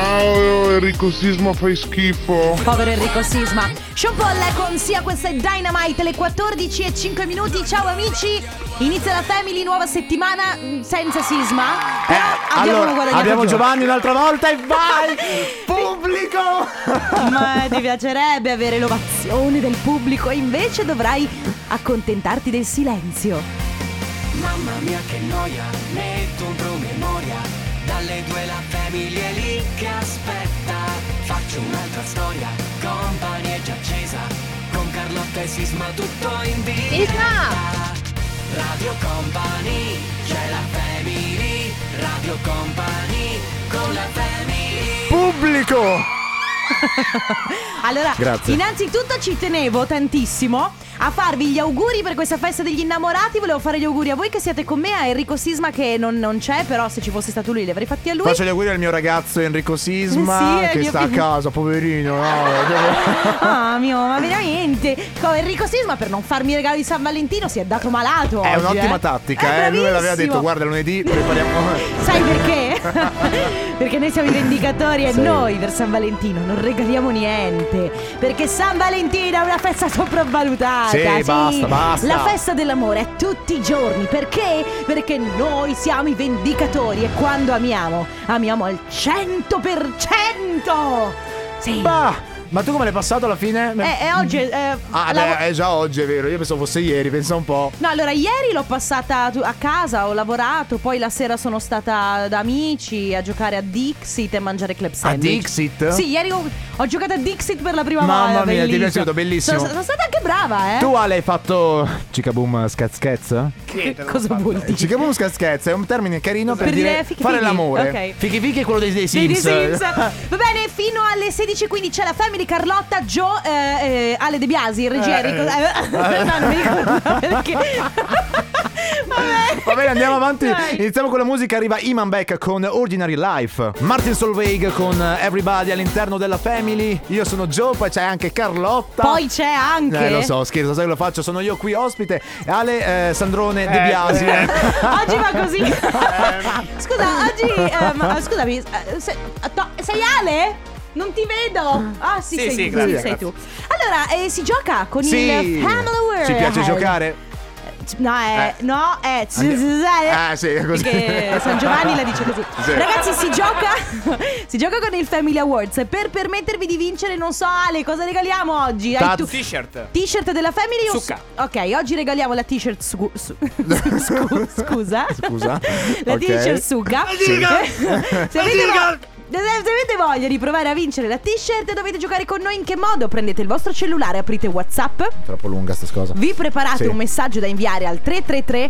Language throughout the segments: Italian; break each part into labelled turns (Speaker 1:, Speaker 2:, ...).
Speaker 1: Ciao Enrico Sisma fai schifo.
Speaker 2: Povero Enrico Sisma. Sean Paul con Sia, questa è Dynamite, le 14 e 5 minuti. Ciao amici, inizia la Family, nuova settimana mm, senza Sisma.
Speaker 3: Eh,
Speaker 2: Però abbiamo
Speaker 3: allora,
Speaker 2: uno guadagnato
Speaker 3: abbiamo
Speaker 2: più.
Speaker 3: Giovanni un'altra volta e vai! Pubblico!
Speaker 2: Ma ti piacerebbe avere l'ovazione del pubblico, invece dovrai accontentarti del silenzio.
Speaker 4: Mamma mia che noia, metto un promemoria Dalle due la famiglia è lì che aspetta Faccio un'altra storia, company è già accesa Con Carlotta e Sisma tutto in diretta Radio Company, c'è la family Radio Company, con la family
Speaker 3: Pubblico!
Speaker 2: Allora,
Speaker 3: Grazie.
Speaker 2: innanzitutto ci tenevo tantissimo a farvi gli auguri per questa festa degli innamorati. Volevo fare gli auguri a voi che siete con me, a Enrico Sisma che non, non c'è, però se ci fosse stato lui li avrei fatti a lui.
Speaker 3: Faccio gli auguri al mio ragazzo Enrico Sisma
Speaker 2: Sì, è
Speaker 3: che
Speaker 2: mio
Speaker 3: sta a
Speaker 2: figlio.
Speaker 3: casa, poverino. no?
Speaker 2: Ah mio, ma veramente Co- Enrico Sisma per non farmi i regali di San Valentino si è dato malato
Speaker 3: È
Speaker 2: oggi,
Speaker 3: un'ottima
Speaker 2: eh.
Speaker 3: tattica,
Speaker 2: È
Speaker 3: eh. Lui l'aveva detto,
Speaker 2: bravissimo.
Speaker 3: guarda lunedì, prepariamo.
Speaker 2: Sai perché? perché noi siamo i vendicatori e
Speaker 3: Sì.
Speaker 2: noi per San Valentino non regaliamo niente. Perché San Valentino è una festa sopravvalutata.
Speaker 3: Sì, basta, basta.
Speaker 2: La festa dell'amore è tutti i giorni. Perché? Perché noi siamo i vendicatori e quando amiamo, amiamo al 100%. Sì.
Speaker 3: Bah, ma tu come l'hai passato alla fine?
Speaker 2: Eh, eh, oggi eh,
Speaker 3: Ah,
Speaker 2: lavo-
Speaker 3: beh, è già oggi, è vero. Io pensavo fosse ieri, pensa un po'.
Speaker 2: No, allora ieri l'ho passata tu- a casa, ho lavorato, poi la sera sono stata da amici a giocare a Dixit e mangiare club sandwich.
Speaker 3: Dixit?
Speaker 2: Eh, Sì, eh. ieri ho, ho giocato a Dixit per la prima
Speaker 3: Mamma
Speaker 2: volta.
Speaker 3: mia, ti è
Speaker 2: bellissimo.
Speaker 3: piaciuto, bellissimo.
Speaker 2: Sono, sono stata anche brava, eh.
Speaker 3: Tu Ale hai fatto cicaboom scazzchezz?
Speaker 2: Che cosa vuol dire?
Speaker 3: Il cicaboom scazzchezz è un termine carino per,
Speaker 2: Per dire
Speaker 3: dire
Speaker 2: fichi
Speaker 3: fare
Speaker 2: fighi,
Speaker 3: l'amore.
Speaker 2: ok.
Speaker 3: Fichi fichi è quello dei, dei
Speaker 2: Dei
Speaker 3: Sims.
Speaker 2: The Sims. Va bene, fino alle 16.15 c'è la Family Carlotta, Joe, eh, eh, Ale De Biasi, in regia.
Speaker 3: Eh,
Speaker 2: Enrico- eh, no, non mi ricordo perché. Vabbè.
Speaker 3: Va bene, andiamo avanti.
Speaker 2: Dai.
Speaker 3: Iniziamo con la musica. Arriva Iman Beck con Ordinary Life. Martin Solveig con Everybody all'interno della Family. Io sono Joe, poi c'è anche Carlotta.
Speaker 2: Poi c'è anche.
Speaker 3: Eh, lo so, scherzo, sai che lo faccio? Sono io qui ospite. Ale eh, Sandrone De Biasi.
Speaker 2: Oggi va così. Scusa, oggi. eh, ma- scusami, eh, se- to- sei Ale? Non ti vedo. Ah, sì, sei, tu, sì, sei tu. Allora, eh, si gioca con
Speaker 3: Sì.
Speaker 2: il Hammer World.
Speaker 3: Ci piace giocare?
Speaker 2: No, è.
Speaker 3: Eh.
Speaker 2: No, è. Eh,
Speaker 3: Ah, sì, è così.
Speaker 2: Perché San Giovanni la dice così.
Speaker 3: Sì.
Speaker 2: Ragazzi, si gioca. si gioca con il Family Awards. Per permettervi di vincere, non so, Ale, cosa regaliamo oggi? Hai tu-
Speaker 5: T-shirt.
Speaker 2: T-shirt della Family o
Speaker 5: Succa.
Speaker 2: Ok, oggi regaliamo la t-shirt su- su- scu- scusa.
Speaker 3: Scusa.
Speaker 2: La
Speaker 3: Ok.
Speaker 2: t-shirt suga.
Speaker 3: Sì.
Speaker 2: Se avete, vo- se avete voglia di provare a vincere la t-shirt dovete giocare con noi in che modo? Prendete il vostro cellulare, aprite Whatsapp,
Speaker 3: Troppo lunga sta cosa.
Speaker 2: vi preparate
Speaker 3: Sì.
Speaker 2: un messaggio da inviare al 333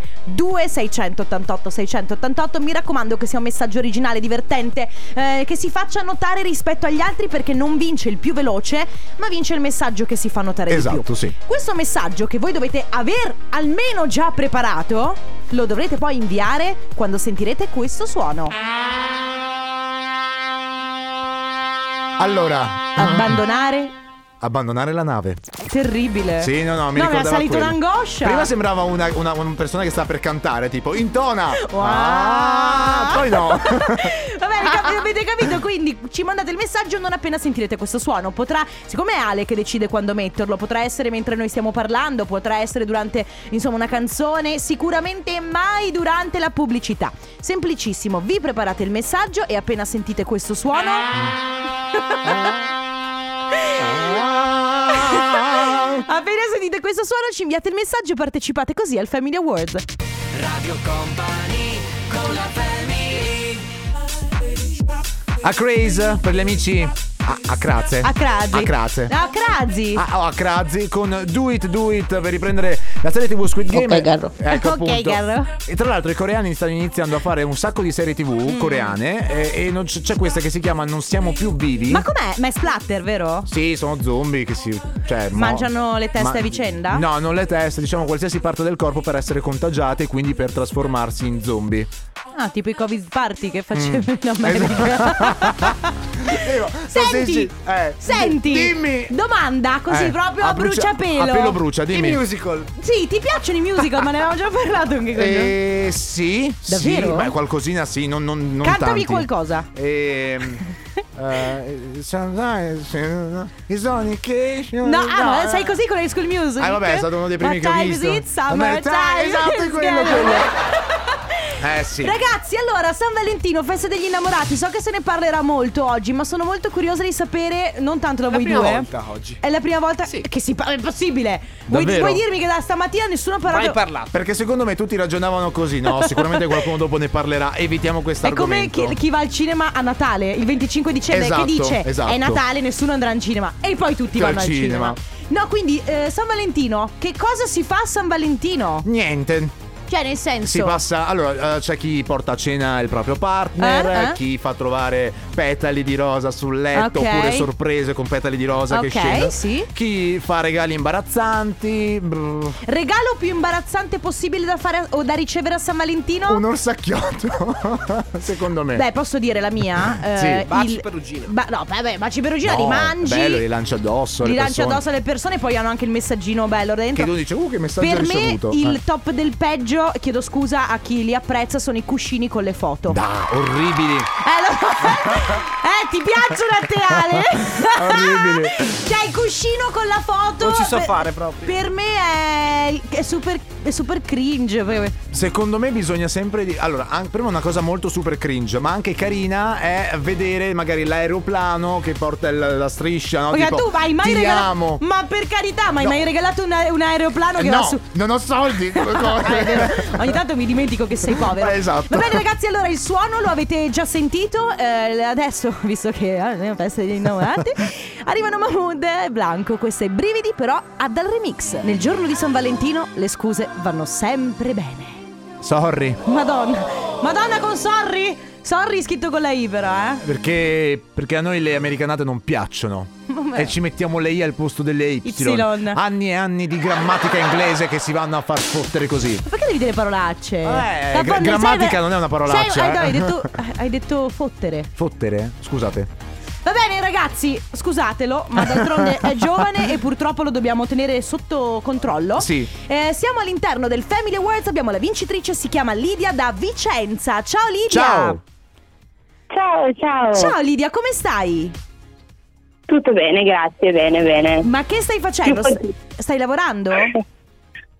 Speaker 2: 2688 688. Mi raccomando che sia un messaggio originale, divertente, eh, che si faccia notare rispetto agli altri perché non vince il più veloce, ma vince il messaggio che si fa notare di più.
Speaker 3: Esatto, sì.
Speaker 2: Questo messaggio che voi dovete aver almeno già preparato, lo dovrete poi inviare quando sentirete questo suono.
Speaker 3: Ah. Allora,
Speaker 2: Abbandonare.
Speaker 3: abbandonare la nave.
Speaker 2: Terribile.
Speaker 3: Sì, no, no, mi
Speaker 2: Eh. No, mi
Speaker 3: ricordava
Speaker 2: era salito
Speaker 3: quello.
Speaker 2: un'angoscia.
Speaker 3: Prima sembrava una, una- una persona che sta per cantare, tipo intona.
Speaker 2: Wow.
Speaker 3: Ah, poi no.
Speaker 2: Vabbè, avete cap- avete capito? Quindi ci mandate il messaggio non appena sentirete questo suono. Potrà, siccome è Ale che decide quando metterlo, potrà essere mentre noi stiamo parlando, potrà essere durante, insomma, una canzone, sicuramente mai durante la pubblicità. Semplicissimo, vi preparate il messaggio e appena sentite questo suono... appena sentite questo suono ci inviate il messaggio e partecipate così al Family Award.
Speaker 4: Radio Company, con la family
Speaker 3: a Craze per gli amici. A, a Craze.
Speaker 2: A Crazi.
Speaker 3: A Ah, Craze.
Speaker 2: A Crazi.
Speaker 3: A, a Crazi con Do It Do It per riprendere la serie TV Squid Game.
Speaker 6: Ok, Garro.
Speaker 3: Ecco,
Speaker 2: Ok,
Speaker 3: appunto.
Speaker 2: Garro.
Speaker 3: E tra l'altro i coreani stanno iniziando a fare un sacco di serie
Speaker 2: Mm.
Speaker 3: TV coreane e, e non c- c'è questa che si chiama Non siamo più vivi.
Speaker 2: Ma com'è? Ma è splatter, vero?
Speaker 3: Sì, sono zombie che si. Cioè, mo-
Speaker 2: Mangiano le teste
Speaker 3: ma-
Speaker 2: a vicenda?
Speaker 3: No, non le teste, diciamo qualsiasi parte del corpo per essere contagiate e quindi per trasformarsi in zombie.
Speaker 2: Ah, tipo i Covid party che facevo in America. Senti,
Speaker 3: Sì, sì, eh.
Speaker 2: senti,
Speaker 3: Dimmi!
Speaker 2: domanda così
Speaker 3: Eh,
Speaker 2: proprio a bruciapelo.
Speaker 3: A pelo brucia, dimmi.
Speaker 5: musical.
Speaker 2: Sì, ti piacciono i musical, ma ne avevamo già parlato anche con
Speaker 3: Eh, sì,
Speaker 2: Davvero?
Speaker 3: sì, ma qualcosina sì, non, non, non
Speaker 2: Cantami
Speaker 3: tanti.
Speaker 2: qualcosa.
Speaker 3: Ehm, eh, sometimes, eh, it's only occasion-
Speaker 2: No, ah, no, sei così con High School Music?
Speaker 3: eh. Ah, vabbè, è stato uno dei primi
Speaker 2: What
Speaker 3: che ho
Speaker 2: time
Speaker 3: visto.
Speaker 2: is it? Summer
Speaker 3: Vabbè,
Speaker 2: time.
Speaker 3: dai, esatto, è quello, quello. Eh sì.
Speaker 2: Ragazzi, allora, San Valentino, festa degli innamorati. So che se ne parlerà molto oggi, ma sono molto curiosa di sapere, non tanto da
Speaker 5: La
Speaker 2: voi
Speaker 5: prima
Speaker 2: due.
Speaker 5: volta oggi.
Speaker 2: È la prima volta
Speaker 5: Sì.
Speaker 2: che si parla. È impossibile. Vuoi,
Speaker 3: Davvero?
Speaker 2: vuoi dirmi che da stamattina nessuno ha parlato.
Speaker 5: Mai parlato.
Speaker 3: Perché secondo me tutti ragionavano così, no? Sicuramente qualcuno dopo ne parlerà. Evitiamo questo
Speaker 2: È come
Speaker 3: argomento.
Speaker 2: chi, chi va al cinema a Natale il 25 dicembre
Speaker 3: Esatto,
Speaker 2: che dice
Speaker 3: esatto.
Speaker 2: è Natale, nessuno andrà al cinema e poi tutti
Speaker 3: Che al
Speaker 2: vanno al
Speaker 3: cinema.
Speaker 2: cinema. No, quindi eh, San Valentino, che cosa si fa a San Valentino?
Speaker 3: Niente.
Speaker 2: Cioè, nel senso,
Speaker 3: Si passa, allora eh, c'è chi porta a cena il proprio partner,
Speaker 2: Eh, eh.
Speaker 3: chi fa trovare petali di rosa sul letto
Speaker 2: Ok.
Speaker 3: oppure sorprese con petali di rosa
Speaker 2: Ok,
Speaker 3: che scendono.
Speaker 2: sì.
Speaker 3: Chi fa regali imbarazzanti, brr,
Speaker 2: regalo più imbarazzante possibile da fare a- o da ricevere a San Valentino?
Speaker 3: un orsacchiotto, secondo me.
Speaker 2: Ah. Beh, posso dire la mia? eh,
Speaker 3: Sì,
Speaker 5: baci perugina.
Speaker 2: Ba- no, vabbè, baci perugina,
Speaker 3: No,
Speaker 2: li mangi.
Speaker 3: è Bello, li lancia addosso.
Speaker 2: li
Speaker 3: alle
Speaker 2: lanci
Speaker 3: persone.
Speaker 2: addosso alle persone, poi hanno anche il messaggino bello
Speaker 3: Che
Speaker 2: dentro.
Speaker 3: tu dici, uh, che messaggio
Speaker 2: Per
Speaker 3: hai
Speaker 2: me
Speaker 3: ricevuto?
Speaker 2: il
Speaker 3: Eh.
Speaker 2: top del peggio, chiedo scusa a chi li apprezza, sono i cuscini con le foto.
Speaker 3: Da, orribili.
Speaker 2: Eh, lo- eh, ti piacciono a te Ale?
Speaker 3: Orribile.
Speaker 2: C'è il cuscino con la foto.
Speaker 5: Non ci so
Speaker 2: per-
Speaker 5: fare proprio.
Speaker 2: Per me è, è super, è super cringe. proprio.
Speaker 3: Secondo me bisogna sempre di... Allora, an- prima una cosa molto super cringe, ma anche carina è vedere magari l'aeroplano che porta il- la striscia, no?
Speaker 2: Perché
Speaker 3: tipo,
Speaker 2: tu hai mai
Speaker 3: ti
Speaker 2: regalato.
Speaker 3: amo.
Speaker 2: Ma per carità, ma hai
Speaker 3: No. Eh,
Speaker 2: mai regalato un, aer- un aeroplano che va
Speaker 3: No,
Speaker 2: su.
Speaker 3: non ho soldi. come-
Speaker 2: Ah, è vero. Ogni tanto mi dimentico che sei povero.
Speaker 3: Eh, esatto.
Speaker 2: Va bene, ragazzi, allora il suono lo avete già sentito. eh, adesso, visto che eh, è una festa degli innamorati, arrivano Mahmood e Blanco. Questo è brividi, però a dal remix. Nel giorno di San Valentino le scuse vanno sempre bene.
Speaker 3: Sorry,
Speaker 2: Madonna, Madonna con sorry. Sorry scritto con la I, però, eh.
Speaker 3: perché, perché a noi le americanate non piacciono.
Speaker 2: Vabbè.
Speaker 3: E ci mettiamo le I al posto delle Y.
Speaker 2: Y.
Speaker 3: Anni e anni di grammatica inglese che si vanno a far fottere così.
Speaker 2: Ma Perché devi dire parolacce?
Speaker 3: Eh,
Speaker 2: La
Speaker 3: gra-
Speaker 2: fon-
Speaker 3: grammatica
Speaker 2: sai-
Speaker 3: non è una parolaccia,
Speaker 2: sai- ah, no,
Speaker 3: eh.
Speaker 2: hai, detto, hai detto fottere.
Speaker 3: Fottere? Scusate.
Speaker 2: Va bene ragazzi, scusatelo, ma d'altronde è giovane e purtroppo lo dobbiamo tenere sotto controllo.
Speaker 3: Sì.
Speaker 2: Eh, siamo all'interno del Family Awards, abbiamo la vincitrice, si chiama Lidia da Vicenza. Ciao Lidia!
Speaker 3: Ciao!
Speaker 6: Ciao, ciao.
Speaker 2: Ciao Lidia, come stai?
Speaker 6: Tutto bene, grazie, bene, bene.
Speaker 2: Ma che stai facendo? S- Stai lavorando?
Speaker 3: Eh.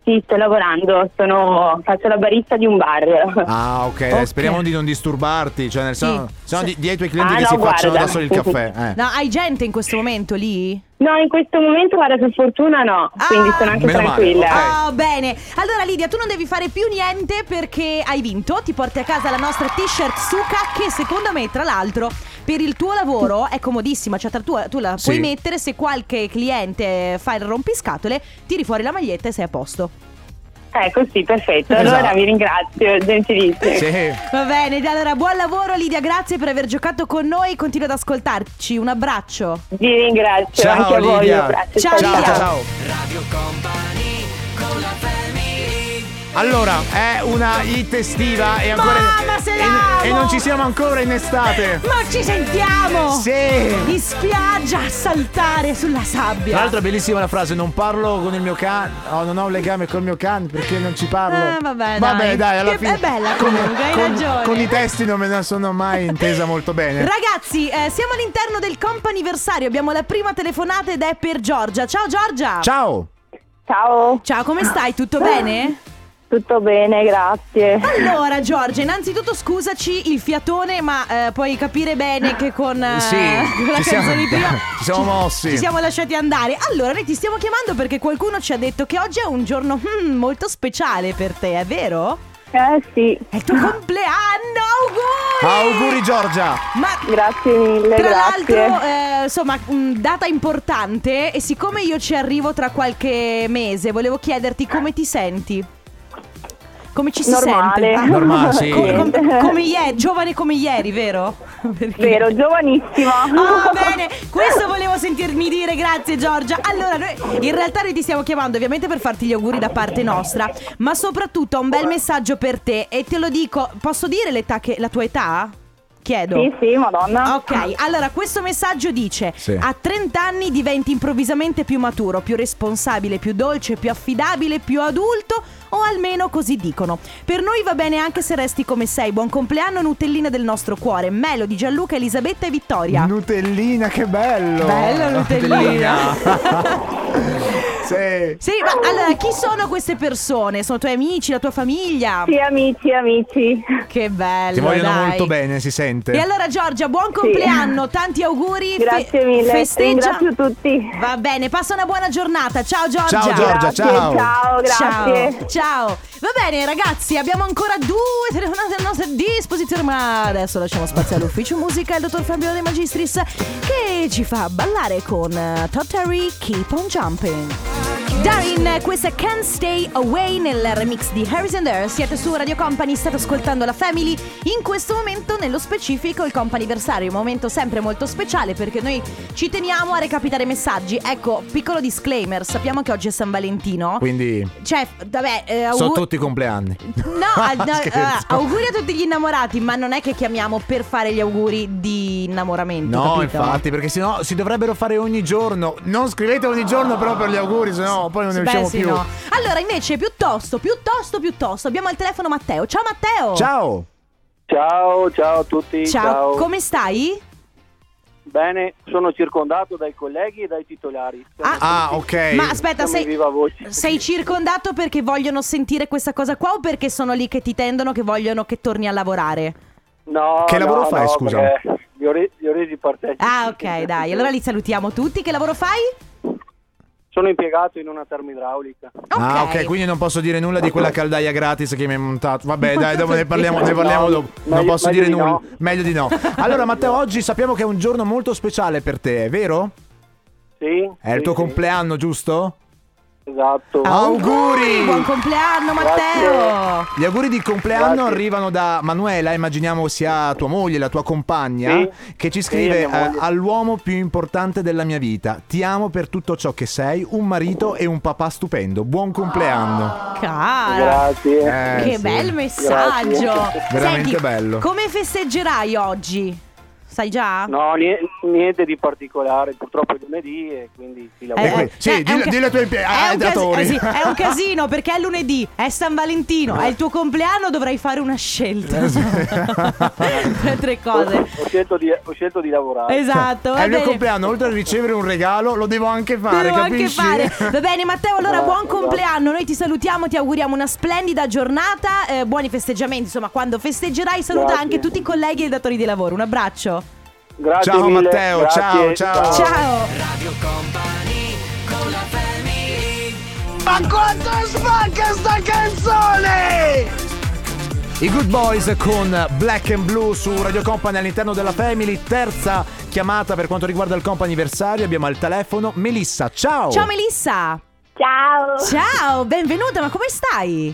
Speaker 6: Sì, sto lavorando, sono, faccio la barista di un bar.
Speaker 3: Ah, ok. dai,
Speaker 2: Ok.
Speaker 3: Speriamo di non disturbarti. Cioè, nel senso,
Speaker 2: Sì.
Speaker 3: se no
Speaker 2: Sì.
Speaker 3: di- dietro ai clienti
Speaker 6: Ah,
Speaker 3: che
Speaker 6: no,
Speaker 3: si facciano da
Speaker 6: guarda.
Speaker 3: soli il caffè. Eh.
Speaker 2: No, hai gente in questo momento lì?
Speaker 6: No, in questo momento, guarda, per fortuna no,
Speaker 2: Ah.
Speaker 6: quindi sono anche
Speaker 3: Meno male,
Speaker 6: tranquilla.
Speaker 3: ok.
Speaker 2: Oh, bene. Allora Lidia, tu non devi fare più niente perché hai vinto. Ti porti a casa la nostra t-shirt Suka che secondo me, tra l'altro, per il tuo lavoro è comodissima. Cioè, tra tu, tu la
Speaker 3: Sì.
Speaker 2: puoi mettere se qualche cliente fa il rompiscatole, tiri fuori la maglietta e sei a posto.
Speaker 6: Ecco, sì, perfetto.
Speaker 3: Esatto.
Speaker 6: Allora vi ringrazio, gentilissimi.
Speaker 3: Sì.
Speaker 2: Va bene, allora buon lavoro Lidia, grazie per aver giocato con noi. Continua ad ascoltarci. Un abbraccio.
Speaker 6: Vi ringrazio
Speaker 3: Ciao,
Speaker 6: anche a voi.
Speaker 3: Lidia.
Speaker 6: un abbraccio,
Speaker 2: Ciao,
Speaker 3: Ciao,
Speaker 2: Lidia.
Speaker 3: ciao.
Speaker 4: Radio Company con la family
Speaker 3: Allora, è una hit estiva e ancora.
Speaker 2: Mamma, se
Speaker 3: e-
Speaker 2: l'amo!
Speaker 3: e, non ci siamo ancora in estate.
Speaker 2: Ma ci sentiamo!
Speaker 3: Sì.
Speaker 2: In spiaggia a saltare sulla sabbia.
Speaker 3: Tra l'altro è bellissima la frase, non parlo con il mio cane, oh, non ho un legame col mio cane perché non ci parlo.
Speaker 2: Eh, vabbè,
Speaker 3: Vabbè,
Speaker 2: dai.
Speaker 3: dai, alla
Speaker 2: Che-
Speaker 3: fine.
Speaker 2: è bella comunque, hai
Speaker 3: con,
Speaker 2: ragione.
Speaker 3: Con i testi non me ne sono mai intesa molto bene.
Speaker 2: Ragazzi, eh, siamo all'interno del comp'anniversario. Abbiamo la prima telefonata ed è per Giorgia. Ciao Giorgia!
Speaker 3: Ciao!
Speaker 6: Ciao,
Speaker 2: Ciao, come stai? Tutto bene?
Speaker 6: tutto bene, grazie.
Speaker 2: Allora, Giorgia, innanzitutto scusaci il fiatone, ma eh, puoi capire bene che con, eh,
Speaker 3: Sì,
Speaker 2: con la
Speaker 3: ci siamo-
Speaker 2: canzone di prima
Speaker 3: ci siamo mossi.
Speaker 2: Ci siamo lasciati andare. Allora, noi ti stiamo chiamando perché qualcuno ci ha detto che oggi è un giorno hmm, molto speciale per te, è vero?
Speaker 6: Eh sì,
Speaker 2: È il tuo compleanno, auguri!
Speaker 3: Auguri Giorgia!
Speaker 2: Ma
Speaker 6: grazie mille,
Speaker 2: Tra
Speaker 6: grazie.
Speaker 2: l'altro, eh, insomma, mh, data importante e siccome io ci arrivo tra qualche mese, volevo chiederti come ti senti? Come ci si
Speaker 6: Normale.
Speaker 2: sente?
Speaker 3: Normale, sì.
Speaker 2: Com- com- Come, ieri, giovane come ieri, vero? Perché-
Speaker 6: Vero, giovanissima.
Speaker 2: Ah, bene, questo volevo sentirmi dire, grazie Giorgia. Allora, noi in realtà noi ti stiamo chiamando ovviamente per farti gli auguri da parte nostra, ma soprattutto ho un bel messaggio per te e te lo dico, posso dire l'età che, la tua età? Chiedo.
Speaker 6: Sì, sì, madonna.
Speaker 2: Ok, allora questo messaggio dice:
Speaker 3: Sì.
Speaker 2: A 30 anni diventi improvvisamente più maturo, più responsabile, più dolce, più affidabile, più adulto. O almeno così dicono. Per noi va bene anche se resti come sei. Buon compleanno, Nutellina del nostro cuore. Melo di Gianluca, Elisabetta e Vittoria.
Speaker 3: Nutellina, che bello!
Speaker 2: Bella Nutellina.
Speaker 3: sì.
Speaker 2: sì, ma allora chi sono queste persone? Sono i tuoi amici, la tua famiglia?
Speaker 6: Sì, amici, amici.
Speaker 2: Che bello.
Speaker 3: Ti vogliono
Speaker 2: dai.
Speaker 3: molto bene, si sente.
Speaker 2: E allora Giorgia, buon compleanno, tanti auguri. fe-
Speaker 6: Grazie mille.
Speaker 2: Festeggia.
Speaker 6: Ringrazio tutti.
Speaker 2: Va bene, passa una buona giornata. Ciao Giorgia.
Speaker 3: Ciao, Giorgia.
Speaker 6: Grazie,
Speaker 3: ciao.
Speaker 6: Ciao, grazie.
Speaker 2: Ciao, ciao. Va bene ragazzi, abbiamo ancora due telefonate a nostra disposizione, ma adesso lasciamo spazio all'ufficio musica il dottor Fabio De Magistris che ci fa ballare con eh, Tottery Keep on Jumping. Darin, questa è Can't Stay Away nel remix di Harrison Dare. Siete su Radio Company, state ascoltando la Family. In questo momento, nello specifico, il companiversario, un momento sempre molto speciale perché noi ci teniamo a recapitare i messaggi. Ecco, piccolo disclaimer, sappiamo che oggi è San Valentino.
Speaker 3: Quindi
Speaker 2: Cioè, vabbè, eh, augur-
Speaker 3: sono tutti i compleanni.
Speaker 2: No, ah, no,
Speaker 3: Scherzo.
Speaker 2: ah, auguri a tutti gli innamorati, ma non è che chiamiamo per fare gli auguri di innamoramento.
Speaker 3: No,
Speaker 2: capito?
Speaker 3: infatti, perché sennò si dovrebbero fare ogni giorno. Non scrivete ogni giorno però per gli auguri, sennò poi non ne
Speaker 2: Beh,
Speaker 3: usciamo
Speaker 2: sì,
Speaker 3: più.
Speaker 2: no. Allora, invece, piuttosto, piuttosto, piuttosto, abbiamo al telefono Matteo. Ciao Matteo!
Speaker 3: Ciao!
Speaker 5: Ciao, ciao a tutti.
Speaker 2: Ciao, come stai?
Speaker 5: Bene, sono circondato dai colleghi e dai titolari.
Speaker 2: Ah,
Speaker 3: Ah, ok.
Speaker 2: Ma aspetta,
Speaker 5: Siamo in
Speaker 2: sei,
Speaker 5: viva voce.
Speaker 2: sei circondato perché vogliono sentire questa cosa qua o perché sono lì che ti tendono, che vogliono che torni a lavorare?
Speaker 5: No,
Speaker 3: Che lavoro
Speaker 5: no,
Speaker 3: fai,
Speaker 5: no,
Speaker 3: scusa?
Speaker 5: perché Li ho, re- li ho resi partecipi.
Speaker 2: Ah, ok, dai, allora li salutiamo tutti. Che lavoro fai?
Speaker 5: Sono impiegato in una termoidraulica.
Speaker 3: Ah, ok, quindi non posso dire nulla di quella caldaia gratis che mi hai montato. Vabbè, dai, dopo ne parliamo, ne parliamo
Speaker 5: No,
Speaker 3: dopo. non
Speaker 5: meglio-
Speaker 3: posso
Speaker 5: meglio
Speaker 3: dire
Speaker 5: di
Speaker 3: nulla.
Speaker 5: no.
Speaker 3: Meglio di no. Allora, Matteo, oggi sappiamo che è un giorno molto speciale per te, è vero?
Speaker 5: Sì?
Speaker 3: È il
Speaker 5: sì,
Speaker 3: tuo
Speaker 5: sì,
Speaker 3: compleanno, giusto?
Speaker 5: Esatto.
Speaker 3: Auguri!
Speaker 2: Buon compleanno, Matteo!
Speaker 3: Gli auguri di compleanno
Speaker 5: Grazie.
Speaker 3: arrivano da Manuela, immaginiamo sia tua moglie, la tua compagna,
Speaker 5: Sì.
Speaker 3: che ci
Speaker 5: Sì,
Speaker 3: scrive
Speaker 5: è mia
Speaker 3: eh,
Speaker 5: moglie.
Speaker 3: all'uomo più importante della mia vita. Ti amo per tutto ciò che sei, un marito e un papà stupendo. Buon compleanno.
Speaker 2: Cara!
Speaker 5: Grazie.
Speaker 3: Eh,
Speaker 2: Ah, che
Speaker 3: sì.
Speaker 2: bel messaggio!
Speaker 5: Grazie.
Speaker 3: Veramente
Speaker 2: Senti,
Speaker 3: bello.
Speaker 2: Come festeggerai oggi? Sai già?
Speaker 5: No, nie- niente, di particolare. Purtroppo è lunedì e quindi si lavora.
Speaker 3: Eh, que- sì,
Speaker 2: cioè, è
Speaker 3: dillo-
Speaker 2: un
Speaker 3: dillo ai tuoi pi-
Speaker 2: è
Speaker 3: ai
Speaker 2: un casi-
Speaker 3: datori.
Speaker 2: eh sì, è un casino perché è lunedì, è San Valentino, è il tuo compleanno, dovrai fare una
Speaker 3: Eh,
Speaker 2: scelta. Tre, tre
Speaker 5: ho,
Speaker 2: cose.
Speaker 5: ho scelto di, ho scelto di lavorare.
Speaker 2: Esatto.
Speaker 3: Cioè, È
Speaker 2: va
Speaker 3: il mio
Speaker 2: bene.
Speaker 3: compleanno, oltre a ricevere un regalo, lo devo anche fare,
Speaker 2: Devo anche
Speaker 3: capisci?
Speaker 2: fare. Va bene Matteo, allora
Speaker 5: Esatto,
Speaker 2: buon
Speaker 5: esatto.
Speaker 2: compleanno, noi ti salutiamo, ti auguriamo una splendida giornata, eh, buoni festeggiamenti, insomma quando festeggerai saluta
Speaker 5: Grazie.
Speaker 2: anche tutti i colleghi e i datori di lavoro, un abbraccio.
Speaker 5: Grazie
Speaker 3: Ciao,
Speaker 5: mille,
Speaker 3: Matteo, ciao,
Speaker 5: grazie,
Speaker 3: ciao.
Speaker 2: Ciao.
Speaker 3: I Good Boys con Black and Blue su Radio Company all'interno della Family, terza chiamata per quanto riguarda il comp anniversario, abbiamo al telefono Melissa, ciao!
Speaker 2: Ciao Melissa.
Speaker 6: Ciao.
Speaker 2: Ciao, benvenuta, ma come stai?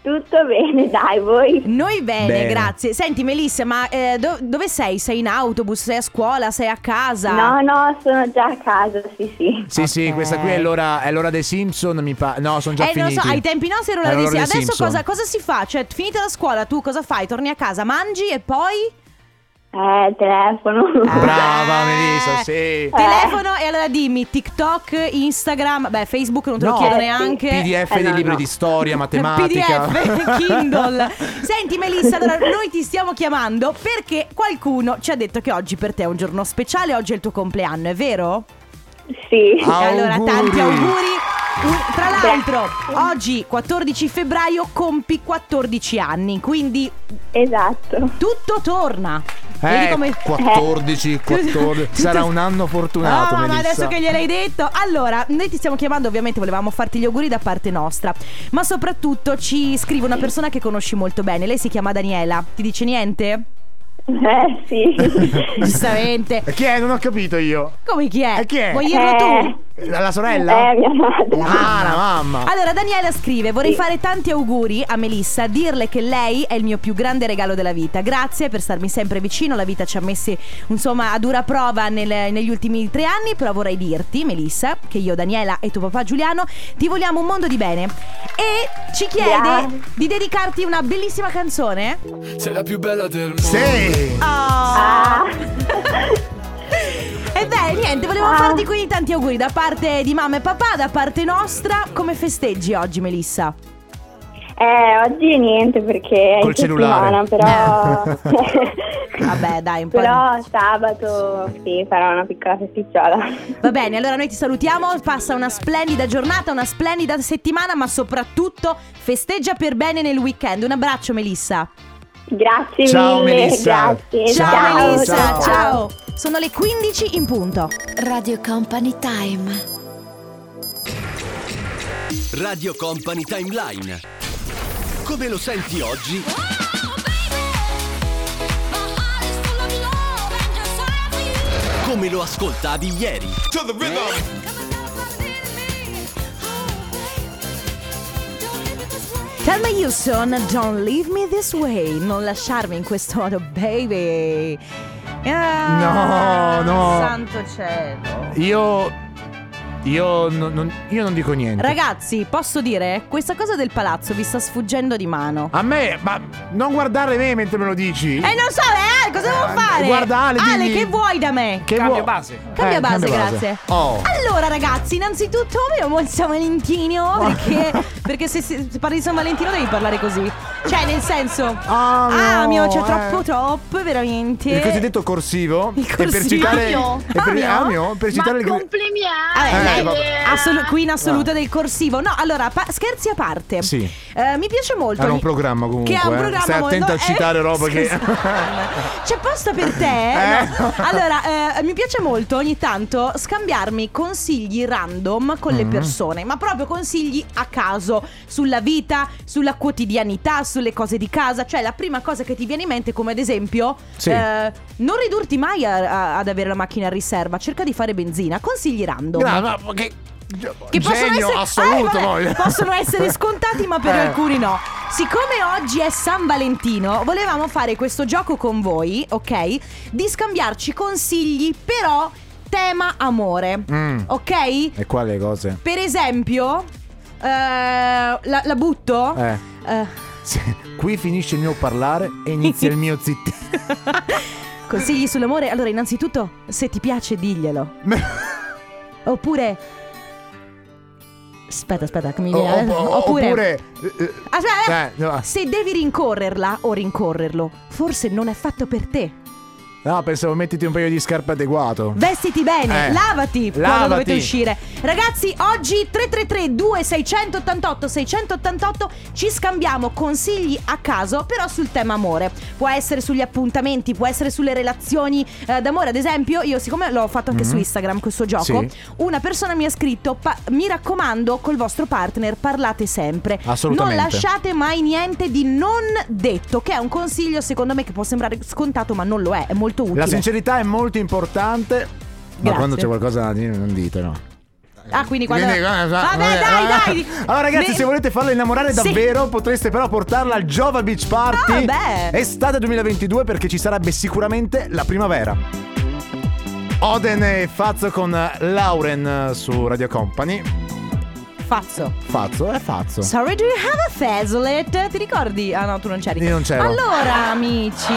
Speaker 6: Tutto bene, dai, voi?
Speaker 2: Noi bene,
Speaker 3: Bene.
Speaker 2: grazie. Senti Melissa, ma eh, do- dove sei? Sei in autobus? Sei a scuola? Sei a casa?
Speaker 6: No, no, sono già a casa, sì, sì.
Speaker 3: Sì, sì,
Speaker 2: Ok.
Speaker 3: questa qui è l'ora, è l'ora dei Simpson, mi pare. No, sono già
Speaker 2: eh, non
Speaker 3: finiti.
Speaker 2: so, ai tempi nostri era l'ora
Speaker 3: È
Speaker 2: di
Speaker 3: l'ora
Speaker 2: sì.
Speaker 3: dei
Speaker 2: Adesso
Speaker 3: Simpson.
Speaker 2: cosa, cosa si fa? Cioè, finita la scuola, tu cosa fai? Torni a casa, mangi e poi?
Speaker 6: Eh, telefono.
Speaker 3: Brava
Speaker 2: Eh.
Speaker 3: Melissa, sì.
Speaker 2: Telefono e allora dimmi TikTok, Instagram, beh Facebook non te lo
Speaker 3: No,
Speaker 2: chiedo
Speaker 6: eh,
Speaker 2: neanche.
Speaker 3: PDF
Speaker 6: Eh,
Speaker 3: dei
Speaker 6: no,
Speaker 3: libri
Speaker 6: no.
Speaker 3: di storia, matematica.
Speaker 2: PDF, Kindle. Senti Melissa, allora noi ti stiamo chiamando perché qualcuno ci ha detto che oggi per te è un giorno speciale, oggi è il tuo compleanno, è vero?
Speaker 6: Sì.
Speaker 3: Ah. Auguri.
Speaker 2: Allora, tanti auguri. Un- Tra l'altro, oggi 14 febbraio compi 14 anni, quindi
Speaker 6: Esatto.
Speaker 2: tutto torna. Vedi
Speaker 3: Eh,
Speaker 2: come...
Speaker 3: 14, 14.
Speaker 2: Tutto-
Speaker 3: Sarà un anno fortunato.
Speaker 2: Oh, ma
Speaker 3: Melissa.
Speaker 2: adesso che gliel'hai detto. Allora, noi ti stiamo chiamando, ovviamente volevamo farti gli auguri da parte nostra. Ma soprattutto ci scrive una persona che conosci molto bene. Lei si chiama Daniela. Ti dice niente?
Speaker 6: Eh, sì.
Speaker 2: Giustamente.
Speaker 3: E Chi è? Non ho capito io.
Speaker 2: Come chi è?
Speaker 3: E chi è?
Speaker 2: Vuoi dirlo
Speaker 6: Eh.
Speaker 2: tu?
Speaker 3: La sorella?
Speaker 6: Eh, mia madre.
Speaker 3: Ah, la mamma.
Speaker 2: Allora, Daniela scrive: Vorrei fare tanti auguri a Melissa, dirle che lei è il mio più grande regalo della vita. Grazie per starmi sempre vicino. La vita ci ha messi, insomma, a dura prova nel- negli ultimi tre anni. Però vorrei dirti, Melissa, che io, Daniela e tuo papà Giuliano ti vogliamo un mondo di bene. E ci chiede
Speaker 6: Grazie.
Speaker 2: di dedicarti una bellissima canzone. Oh.
Speaker 7: Sei la più bella del mondo.
Speaker 3: Sì.
Speaker 6: Ah.
Speaker 2: E beh, niente, volevamo
Speaker 6: Ah.
Speaker 2: farti quindi tanti auguri da parte di mamma e papà, da parte nostra. Come festeggi oggi, Melissa?
Speaker 6: Eh, oggi niente perché è
Speaker 3: Col
Speaker 6: in
Speaker 3: cellulare.
Speaker 6: settimana, però...
Speaker 2: Vabbè, dai, un po' di...
Speaker 6: Però sabato sì, farò una piccola festicciola.
Speaker 2: Va bene, allora noi ti salutiamo, passa una splendida giornata, una splendida settimana, ma soprattutto festeggia per bene nel weekend. Un abbraccio Melissa.
Speaker 6: Grazie
Speaker 3: Ciao,
Speaker 6: mille,
Speaker 3: Melissa.
Speaker 6: grazie.
Speaker 3: Ciao,
Speaker 2: Melissa,
Speaker 3: ciao.
Speaker 2: ciao. Sono le 15 in punto.
Speaker 8: Radio Company Time.
Speaker 4: Radio Company Timeline. Come lo senti oggi? Come lo ascoltavi ieri? Oh,
Speaker 2: Calma Houston, don't leave me this way. Non lasciarmi in questo modo, baby. Ah,
Speaker 3: No, no.
Speaker 2: Santo cielo.
Speaker 3: Io. Io non, non- io non dico niente.
Speaker 2: Ragazzi, posso dire, questa cosa del palazzo vi sta sfuggendo di mano.
Speaker 3: A me, ma non guardare me mentre me lo dici.
Speaker 2: E non so, eh, Ale, cosa devo
Speaker 3: Eh,
Speaker 2: fare?
Speaker 3: guarda, Ale, digli-
Speaker 2: che vuoi da me?
Speaker 3: Che
Speaker 9: Cambio
Speaker 3: vuo-
Speaker 9: base.
Speaker 2: Cambia
Speaker 3: Eh,
Speaker 2: base, grazie.
Speaker 3: Oh.
Speaker 2: Allora, ragazzi, innanzitutto oh, io amo il San Valentino perché, perché se, si- se parli di San Valentino devi parlare così. Cioè, nel senso,
Speaker 3: Ah, no,
Speaker 2: ah, mio, c'è
Speaker 3: eh.
Speaker 2: troppo, troppo, veramente.
Speaker 3: Il cosiddetto corsivo.
Speaker 2: Il
Speaker 3: è per
Speaker 2: corsivo. Ah,
Speaker 3: citare.
Speaker 2: Amio.
Speaker 3: è per,
Speaker 2: Amio?
Speaker 3: Amio, per citare il-
Speaker 2: Vabbè,
Speaker 3: Eh,
Speaker 2: dai,
Speaker 3: vabbè. Ah.
Speaker 2: assolu- qui in assoluta del corsivo. No, allora, pa- scherzi a parte.
Speaker 3: Sì.
Speaker 2: Eh, mi piace molto.
Speaker 3: Era
Speaker 2: ogni-
Speaker 3: un programma comunque,
Speaker 2: Che è un
Speaker 3: eh.
Speaker 2: programma
Speaker 3: Stai
Speaker 2: molto- Eh,
Speaker 3: attenta a citare roba che-
Speaker 2: scusa. C'è posta per te.
Speaker 3: Eh.
Speaker 2: No. Allora, eh, mi piace molto ogni tanto scambiarmi consigli random con
Speaker 3: Mm.
Speaker 2: le persone, ma proprio consigli a caso sulla vita, sulla quotidianità, sulle cose di casa. Cioè, la prima cosa che ti viene in mente, come ad esempio,
Speaker 3: Sì.
Speaker 2: eh, non ridurti mai a- a- ad avere la macchina a riserva, cerca di fare benzina. Consigli random.
Speaker 3: No, no, ma che.
Speaker 2: Che
Speaker 3: genio
Speaker 2: possono essere,
Speaker 3: assoluto
Speaker 2: eh, vabbè,
Speaker 3: voglio.
Speaker 2: possono essere scontati, ma per
Speaker 3: Eh.
Speaker 2: alcuni no. Siccome oggi è San Valentino, volevamo fare questo gioco con voi, ok? Di scambiarci consigli, però tema amore,
Speaker 3: Mm.
Speaker 2: ok?
Speaker 3: E qua le cose.
Speaker 2: Per esempio, eh, la, la butto.
Speaker 3: Eh.
Speaker 2: Eh,
Speaker 3: Sì. Qui finisce il mio parlare e inizia il mio zittire.
Speaker 2: consigli sull'amore? Allora, innanzitutto, se ti piace, diglielo. Oppure. Aspetta, aspetta, che mi
Speaker 3: O-
Speaker 2: viene-
Speaker 3: o- oppure. eh, eh,
Speaker 2: Aspetta,
Speaker 3: Eh, no.
Speaker 2: se devi rincorrerla o rincorrerlo, forse non è fatto per te.
Speaker 3: No, pensavo mettiti un paio di scarpe adeguato.
Speaker 2: Vestiti bene,
Speaker 3: Eh,
Speaker 2: lavati quando
Speaker 3: lavati.
Speaker 2: dovete uscire. Ragazzi, oggi 333 2688 688 ci scambiamo consigli a caso, però sul tema amore. Può essere sugli appuntamenti, può essere sulle relazioni eh, d'amore, ad esempio, io siccome l'ho fatto anche su Instagram questo gioco,
Speaker 3: Mm-hmm. Sì.
Speaker 2: una persona mi ha scritto "Pa- "Mi raccomando, col vostro partner parlate sempre.
Speaker 3: Assolutamente.
Speaker 2: Non lasciate mai niente di non detto", che è un consiglio secondo me che può sembrare scontato, ma non lo è, è molto utile.
Speaker 3: La sincerità è molto importante. Ma
Speaker 2: Grazie.
Speaker 3: quando c'è qualcosa da dire, non dite, no.
Speaker 2: Ah, quindi quando.
Speaker 3: Quindi, eh,
Speaker 2: Vabbè,
Speaker 3: eh,
Speaker 2: dai, dai.
Speaker 3: Allora, ragazzi,
Speaker 2: Ne-
Speaker 3: se volete farla innamorare
Speaker 2: Sì.
Speaker 3: davvero, potreste però portarla al Jova Beach Party.
Speaker 2: Ah, beh.
Speaker 3: Estate 2022, perché ci sarebbe sicuramente la primavera. Oden e Fazzo con Lauren eh, su Radio Company.
Speaker 2: Fazzo.
Speaker 3: Fazzo, è Fazzo.
Speaker 2: Sorry, do you have a fazzolet? Ti ricordi? Ah, no, tu non c'eri.
Speaker 3: Io non c'ero.
Speaker 2: Allora, amici.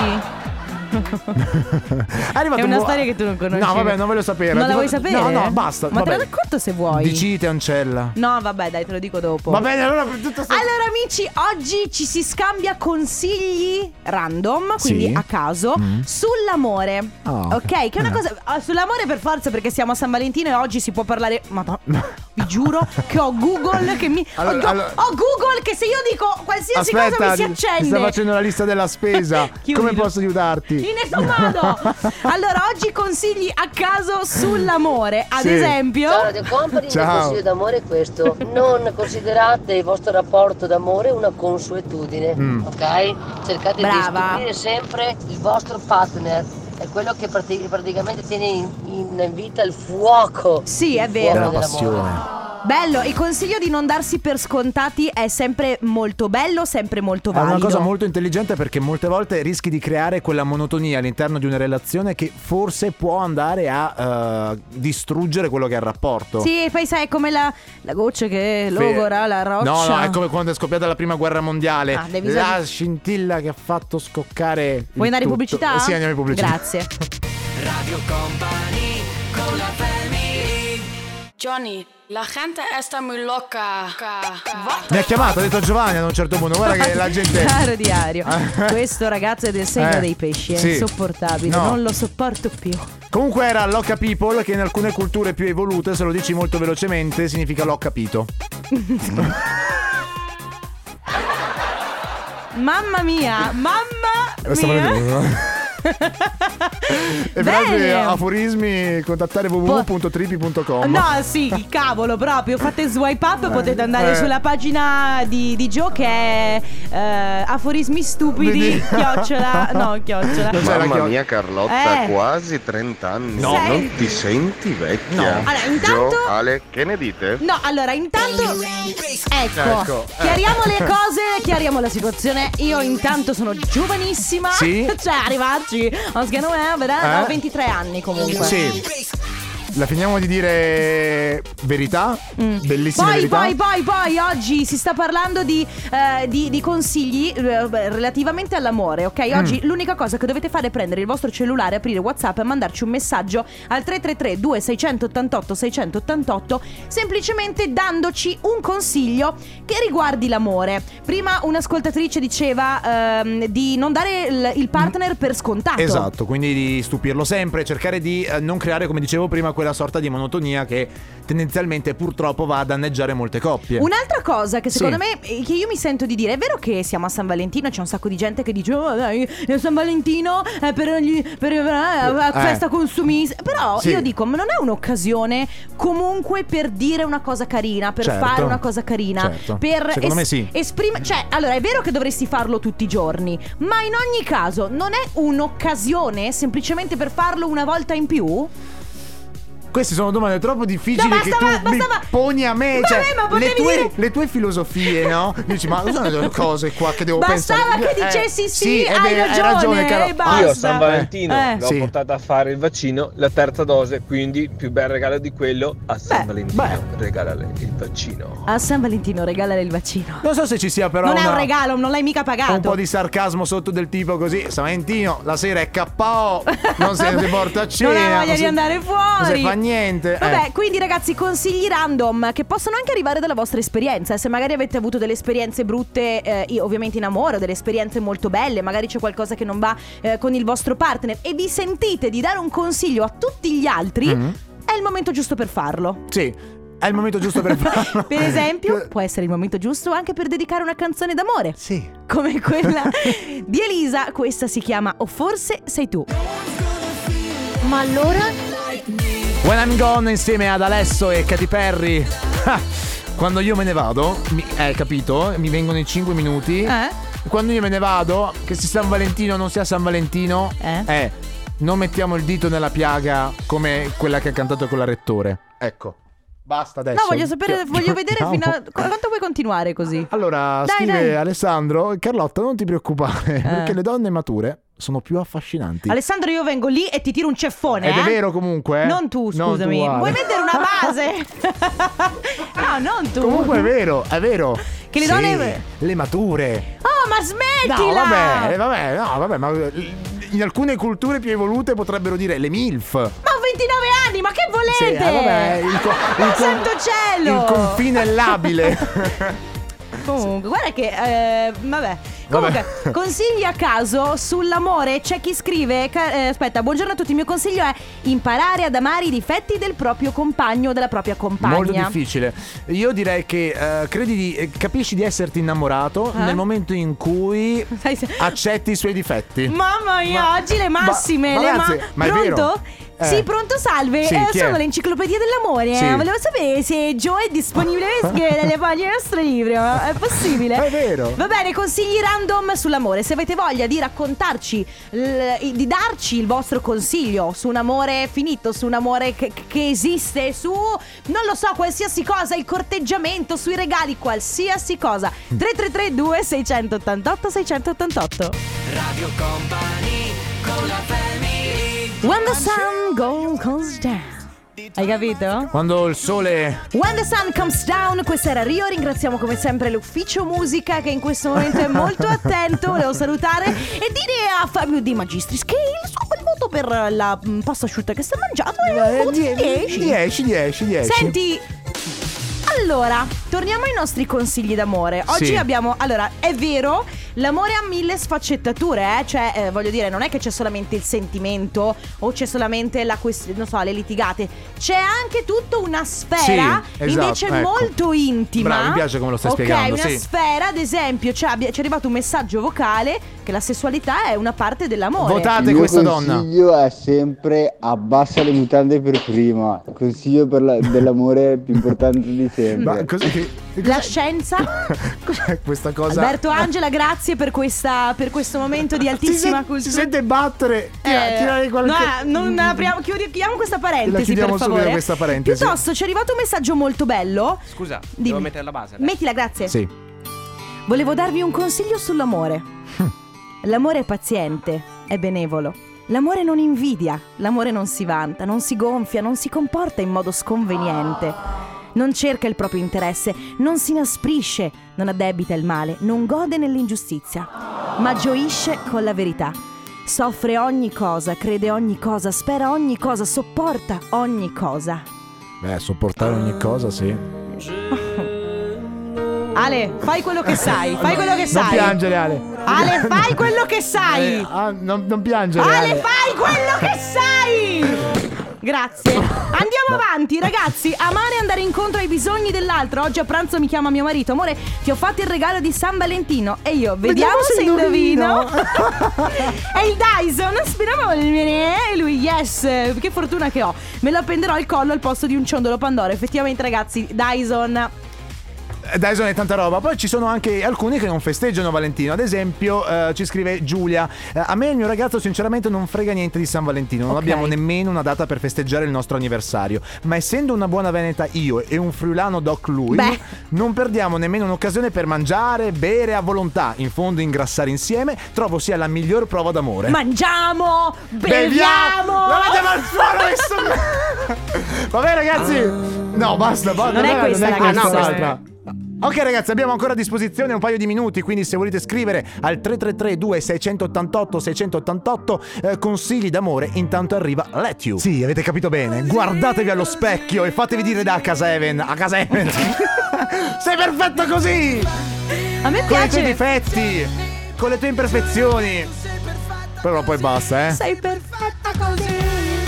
Speaker 3: È, arrivato
Speaker 2: È una
Speaker 3: un uo-
Speaker 2: storia che tu non conosci.
Speaker 3: No, vabbè, non voglio sapere.
Speaker 2: Non la
Speaker 3: Tipo-
Speaker 2: vuoi sapere?
Speaker 3: No, no, basta.
Speaker 2: Ma te
Speaker 3: vabbè.
Speaker 2: la racconto se vuoi.
Speaker 3: Dicite, Ancella.
Speaker 2: No, vabbè, dai, te lo dico dopo.
Speaker 3: Va bene, allora per tutto sto-
Speaker 2: Allora amici, oggi ci si scambia consigli random, quindi
Speaker 3: Sì.
Speaker 2: a caso,
Speaker 3: Mm.
Speaker 2: sull'amore.
Speaker 3: Ah,
Speaker 2: ok, che è una
Speaker 3: eh.
Speaker 2: cosa... ah, Sull'amore per forza perché siamo a San Valentino e oggi si può parlare... Madonna, vi giuro che ho Google che mi...
Speaker 3: Allora,
Speaker 2: ho,
Speaker 3: allora-
Speaker 2: ho Google che se io dico qualsiasi cosa mi si
Speaker 3: mi
Speaker 2: accende.
Speaker 3: sta facendo la lista della spesa.
Speaker 2: Chiudilo.
Speaker 3: Come posso aiutarti?
Speaker 2: In nessun modo! allora, oggi consigli a caso sull'amore. Ad
Speaker 3: Sì.
Speaker 2: esempio...
Speaker 10: Ciao Radio Company, il mio
Speaker 3: Ciao.
Speaker 10: consiglio d'amore è questo. Non considerate il vostro rapporto d'amore una consuetudine,
Speaker 3: Mm.
Speaker 10: ok? Cercate
Speaker 2: Brava.
Speaker 10: di scoprire sempre il vostro partner è quello che prati- praticamente tiene in, in vita il fuoco.
Speaker 2: Sì, è
Speaker 10: Il
Speaker 2: vero.
Speaker 10: fuoco
Speaker 3: Della
Speaker 10: dell'amore.
Speaker 3: passione.
Speaker 2: Bello, il consiglio di non darsi per scontati è sempre molto bello, sempre molto
Speaker 3: È
Speaker 2: valido.
Speaker 3: una cosa molto intelligente perché molte volte rischi di creare quella monotonia all'interno di una relazione che forse può andare a eh, distruggere quello che è il rapporto.
Speaker 2: Sì, e poi sai, è come la, la goccia che
Speaker 3: Fe-
Speaker 2: logora la roccia.
Speaker 3: No, no, è come quando è scoppiata la prima guerra mondiale.
Speaker 2: Ah, devi
Speaker 3: la
Speaker 2: sal-
Speaker 3: scintilla che ha fatto scoccare. il
Speaker 2: Vuoi andare in
Speaker 3: tutto.
Speaker 2: pubblicità?
Speaker 3: Eh Sì, andiamo in pubblicità.
Speaker 2: Grazie.
Speaker 9: Johnny, la gente está muy loca.
Speaker 3: Mi ha chiamato, ha detto Giovanni ad un certo punto. Guarda che la gente.
Speaker 2: Caro diario, questo ragazzo è del segno
Speaker 3: Eh,
Speaker 2: dei pesci, è
Speaker 3: sì.
Speaker 2: insopportabile,
Speaker 3: No.
Speaker 2: non lo sopporto più.
Speaker 3: Comunque era Loca People che in alcune culture più evolute, se lo dici molto velocemente, significa l'ho capito.
Speaker 2: Mamma mia, mamma
Speaker 3: Stavo
Speaker 2: mia.
Speaker 3: vedendo. E per altri
Speaker 2: Bene.
Speaker 3: aforismi contattare www.tripi.com
Speaker 2: No, sì, il cavolo proprio. Fate swipe up, potete andare
Speaker 3: eh.
Speaker 2: sulla pagina di, di Gio che è eh, aforismi stupidi.
Speaker 3: Vedi?
Speaker 2: chiocciola. No, chiocciola.
Speaker 3: Non c'è la chioc-
Speaker 2: Carlotta,
Speaker 11: quasi 30 anni.
Speaker 2: No. Sei-
Speaker 11: Non ti senti vecchia?
Speaker 3: No.
Speaker 2: Allora, intanto-
Speaker 11: Gio, Ale, che ne dite?
Speaker 2: No, allora intanto ecco,
Speaker 3: Ecco, eh.
Speaker 2: chiariamo le cose, chiariamo la situazione. Io intanto sono giovanissima,
Speaker 3: Sì.
Speaker 2: cioè arrivarci, ho sgano- eh, ho
Speaker 3: Eh?
Speaker 2: 23 anni comunque.
Speaker 3: Sì. La finiamo di dire verità, bellissima
Speaker 2: Mm. Poi,
Speaker 3: verità.
Speaker 2: poi, poi, poi, oggi si sta parlando di, eh, di- di consigli eh, beh, relativamente all'amore, ok?
Speaker 3: Mm.
Speaker 2: Oggi l'unica cosa che dovete fare è prendere il vostro cellulare, aprire WhatsApp e mandarci un messaggio al 333-2688-688, semplicemente dandoci un consiglio che riguardi l'amore. Prima un'ascoltatrice diceva ehm, di non dare il, il partner per scontato.
Speaker 3: Esatto, quindi di stupirlo sempre, cercare di eh, non creare, come dicevo prima, quella sorta di monotonia che tendenzialmente purtroppo va a danneggiare molte coppie.
Speaker 2: Un'altra cosa che secondo
Speaker 3: Sì.
Speaker 2: me, eh, che io mi sento di dire, è vero che siamo a San Valentino, c'è un sacco di gente che dice, oh, dai, eh, San Valentino è per, gli, per eh, la
Speaker 3: Eh.
Speaker 2: festa consumista, però
Speaker 3: Sì.
Speaker 2: io dico, ma non è un'occasione comunque per dire una cosa carina, per
Speaker 3: Certo.
Speaker 2: fare una cosa carina,
Speaker 3: Certo.
Speaker 2: per
Speaker 3: Secondo me sì.
Speaker 2: esprimere, cioè, allora è vero che dovresti farlo tutti i giorni, ma in ogni caso non è un'occasione semplicemente per farlo una volta in più?
Speaker 3: Queste sono domande troppo difficili
Speaker 2: No,
Speaker 3: che
Speaker 2: basta,
Speaker 3: tu
Speaker 2: ma-
Speaker 3: mi
Speaker 2: basta, ma-
Speaker 3: poni a me.
Speaker 2: Vabbè,
Speaker 3: cioè,
Speaker 2: ma
Speaker 3: le,
Speaker 2: potevi
Speaker 3: tue,
Speaker 2: dire-
Speaker 3: le tue filosofie, no? Dici, ma cosa sono le cose qua che devo
Speaker 2: Bastava
Speaker 3: pensare?
Speaker 2: che
Speaker 3: Eh,
Speaker 2: dicessi sì,
Speaker 3: è
Speaker 2: hai
Speaker 3: vero,
Speaker 2: ragione,
Speaker 3: Caro.
Speaker 2: e basta.
Speaker 12: Io San Valentino
Speaker 2: Eh.
Speaker 12: l'ho
Speaker 3: Sì.
Speaker 12: portata a fare il vaccino, la terza dose, quindi più bel regalo di quello a San
Speaker 2: Beh,
Speaker 12: Valentino. Regalale il vaccino.
Speaker 2: A San Valentino regalare il vaccino.
Speaker 3: Non so se ci sia però
Speaker 2: non è un
Speaker 3: una-
Speaker 2: regalo, non l'hai mica pagato.
Speaker 3: Un po' di sarcasmo sotto del tipo così San Valentino, la sera è KO Non se ne porta a cena
Speaker 2: Non hai voglia di
Speaker 3: si-
Speaker 2: andare fuori.
Speaker 3: Non si fa niente eh.
Speaker 2: Vabbè, quindi ragazzi, consigli random che possono anche arrivare dalla vostra esperienza. eh. Se magari ovviamente avete avuto delle esperienze brutte, eh, io- ovviamente in amore, o delle esperienze molto belle, magari c'è qualcosa che non va eh, con il vostro partner e vi sentite di dare un consiglio a tutti gli altri,
Speaker 3: Mhm.
Speaker 2: è il momento giusto per farlo.
Speaker 3: Sì, è il momento giusto per farlo
Speaker 2: Per esempio, può essere il momento giusto anche per dedicare una canzone d'amore,
Speaker 3: Sì
Speaker 2: come quella di Elisa. Questa si chiama O forse sei tu.
Speaker 8: Ma allora?
Speaker 3: When I'm Gone insieme ad Alesso e Katy Perry Ah, Quando io me ne vado mi- Eh, capito? Mi vengono i 5 minuti
Speaker 2: Eh?
Speaker 3: Quando io me ne vado Che sia San Valentino o non sia San Valentino
Speaker 2: Eh?
Speaker 3: non mettiamo il dito nella piaga Come quella che ha cantato con la rettore Ecco Basta adesso
Speaker 2: No, voglio sapere,
Speaker 3: Chi-
Speaker 2: voglio vedere fino a
Speaker 3: chiudiamo.
Speaker 2: quanto vuoi continuare così.
Speaker 3: Allora,
Speaker 2: Dai,
Speaker 3: scrive
Speaker 2: dai. Eh.
Speaker 3: Alessandro, Carlotta, non ti preoccupare, perché le donne mature sono più affascinanti.
Speaker 2: Alessandro, io vengo lì e ti tiro un ceffone.
Speaker 3: Ed
Speaker 2: eh?
Speaker 3: è vero comunque. eh?
Speaker 2: Non tu,
Speaker 3: Non
Speaker 2: scusami.
Speaker 3: Ale.
Speaker 2: Vuoi mettere una base? no, non tu.
Speaker 3: Comunque è vero, è vero.
Speaker 2: Che le
Speaker 3: Sì,
Speaker 2: donne-
Speaker 3: le mature.
Speaker 2: Oh, ma smettila!
Speaker 3: No, vabbè, eh, vabbè, no, vabbè, ma eh, in alcune culture più evolute potrebbero dire le MILF.
Speaker 2: Ma ho 29 anni, ma che volete?
Speaker 3: Sì, eh, vabbè, il co-
Speaker 2: Ma
Speaker 3: il co-
Speaker 2: santo cielo!
Speaker 3: Il confine è labile.
Speaker 2: Comunque, guarda che. eh, vabbè. Comunque,
Speaker 3: Vabbè.
Speaker 2: consigli a caso sull'amore. C'è chi scrive. ca- eh, aspetta, buongiorno a tutti. Il mio consiglio è imparare ad amare i difetti del proprio compagno o della propria compagna.
Speaker 3: Molto difficile. Io direi che eh, credi di, eh, capisci di esserti innamorato
Speaker 2: Eh?
Speaker 3: nel momento in cui
Speaker 2: Sai se-
Speaker 3: accetti i suoi difetti.
Speaker 2: Mamma mia,
Speaker 3: Ah, Ma-
Speaker 2: oggi le massime.
Speaker 3: ma
Speaker 2: le
Speaker 3: ragazzi, ma è
Speaker 2: Pronto?
Speaker 3: vero. Eh.
Speaker 2: Sì, pronto, salve.
Speaker 3: Sì,
Speaker 2: Eh,
Speaker 3: chi è?
Speaker 2: sono l'enciclopedia dell'amore.
Speaker 3: Sì.
Speaker 2: eh. Volevo sapere se Joe è disponibile per scrivere le pagine del nostro libro. È possibile?
Speaker 3: È vero.
Speaker 2: Va bene, consigli random sull'amore. Se avete voglia di raccontarci, l- di darci il vostro consiglio su un amore finito, su un amore che, che esiste, su non lo so, qualsiasi cosa, il corteggiamento, sui regali, qualsiasi cosa.
Speaker 3: Mm.
Speaker 2: 3332 688 688.
Speaker 4: Radio Company con la family
Speaker 2: When the sun go- goes down. Hai capito?
Speaker 3: Quando il sole.
Speaker 2: When the sun comes down, questa era Rio, ringraziamo come sempre l'ufficio musica che in questo momento è molto attento, volevo salutare e dire a Fabio Di Magistris che il suo bel voto per la mm, pasta asciutta che sta mangiando
Speaker 3: Eh,
Speaker 2: è un voto di 10.
Speaker 3: 10, 10, 10.
Speaker 2: Eh, Senti, allora, torniamo ai nostri consigli d'amore. Oggi
Speaker 3: Sì.
Speaker 2: abbiamo, allora, è vero, l'amore ha mille sfaccettature, eh? cioè, eh, voglio dire, non è che c'è solamente il sentimento o c'è solamente la questione, non so, le litigate. C'è anche tutta una sfera,
Speaker 3: Sì, esatto,
Speaker 2: invece
Speaker 3: ecco.
Speaker 2: molto intima.
Speaker 3: Bravo, mi piace come lo stai
Speaker 2: Ok,
Speaker 3: spiegando,
Speaker 2: una
Speaker 3: sì.
Speaker 2: sfera, ad esempio, c'è, abbi- ci è arrivato un messaggio vocale che la sessualità è una parte dell'amore.
Speaker 3: Votate
Speaker 13: Il mio
Speaker 3: questa
Speaker 13: consiglio è sempre abbassa le mutande per prima. Consiglio per la- dell'amore più importante di sempre.
Speaker 3: Ma cos'è che-
Speaker 2: La scienza
Speaker 3: cos'è questa cosa?
Speaker 2: Alberto Angela, grazie per, questa, per questo momento di altissima
Speaker 3: sen-
Speaker 2: cultura. Eh,
Speaker 3: si sente battere. Tira- tirare qualche- Mm.
Speaker 2: no, non apriamo, chiudi- chiudiamo questa parentesi.
Speaker 3: La chiudiamo
Speaker 2: per
Speaker 3: subito
Speaker 2: favore.
Speaker 3: questa parentesi.
Speaker 2: Piuttosto, ci è arrivato un messaggio molto bello.
Speaker 14: Scusa,
Speaker 2: Dimmi.
Speaker 14: devo mettere la base. dai.
Speaker 2: Mettila, grazie.
Speaker 3: Sì.
Speaker 2: Volevo darvi un consiglio sull'amore.
Speaker 3: Hm.
Speaker 2: L'amore è paziente, è benevolo. L'amore non invidia, l'amore non si vanta, non si gonfia, non si comporta in modo sconveniente. Non cerca il proprio interesse, non si inasprisce, non addebita il male, non gode nell'ingiustizia, ma gioisce con la verità. Soffre ogni cosa, crede ogni cosa, spera ogni cosa, sopporta ogni cosa.
Speaker 3: Beh, sopportare ogni cosa, sì.
Speaker 2: Ale, fai quello che sai, fai quello che sai.
Speaker 3: Non piangere, Ale.
Speaker 2: Ale, fai quello che sai.
Speaker 3: Eh, ah, non, non piangere.
Speaker 2: Ale, fai quello che sai! Grazie. Andiamo avanti, ragazzi. Amare e andare incontro ai bisogni dell'altro. Oggi a pranzo mi chiama mio marito. Amore, ti ho fatto il regalo di San Valentino. E io, vediamo,
Speaker 8: Vediamo se
Speaker 2: se indovino.
Speaker 8: indovino.
Speaker 2: È il Dyson, spinamolmene. E lui, yes, che fortuna che ho. Me lo appenderò al collo al posto di un ciondolo Pandoro. Effettivamente, ragazzi, Dyson.
Speaker 3: Eh, Dyson è tanta roba. Poi ci sono anche alcuni che non festeggiano Valentino. Ad esempio, eh, ci scrive Giulia: eh, A me e il mio ragazzo, sinceramente, non frega niente di San Valentino. Non
Speaker 2: Ok.
Speaker 3: abbiamo nemmeno una data per festeggiare il nostro anniversario. Ma essendo una buona veneta io e un friulano doc lui,
Speaker 2: Beh.
Speaker 3: non perdiamo nemmeno un'occasione per mangiare, bere a volontà. In fondo, ingrassare insieme trovo sia la miglior prova d'amore.
Speaker 2: Mangiamo, beviamo.
Speaker 3: La mandiamo al suolo, nessuno- Vabbè, ragazzi. No, basta, basta.
Speaker 2: Non è questa, ragazzi.
Speaker 3: questa,
Speaker 2: Ah, no,
Speaker 3: l'altra. Ok ragazzi abbiamo ancora a disposizione un paio di minuti quindi se volete scrivere al 333 2688 688 eh, consigli d'amore intanto arriva Let You Sì avete capito bene guardatevi allo specchio e fatevi dire da a casa Even a casa Even Sei perfetto così
Speaker 2: A me
Speaker 3: Con i tuoi
Speaker 2: piace.
Speaker 3: difetti con le tue imperfezioni Però poi basta eh
Speaker 2: Sei perfetta così.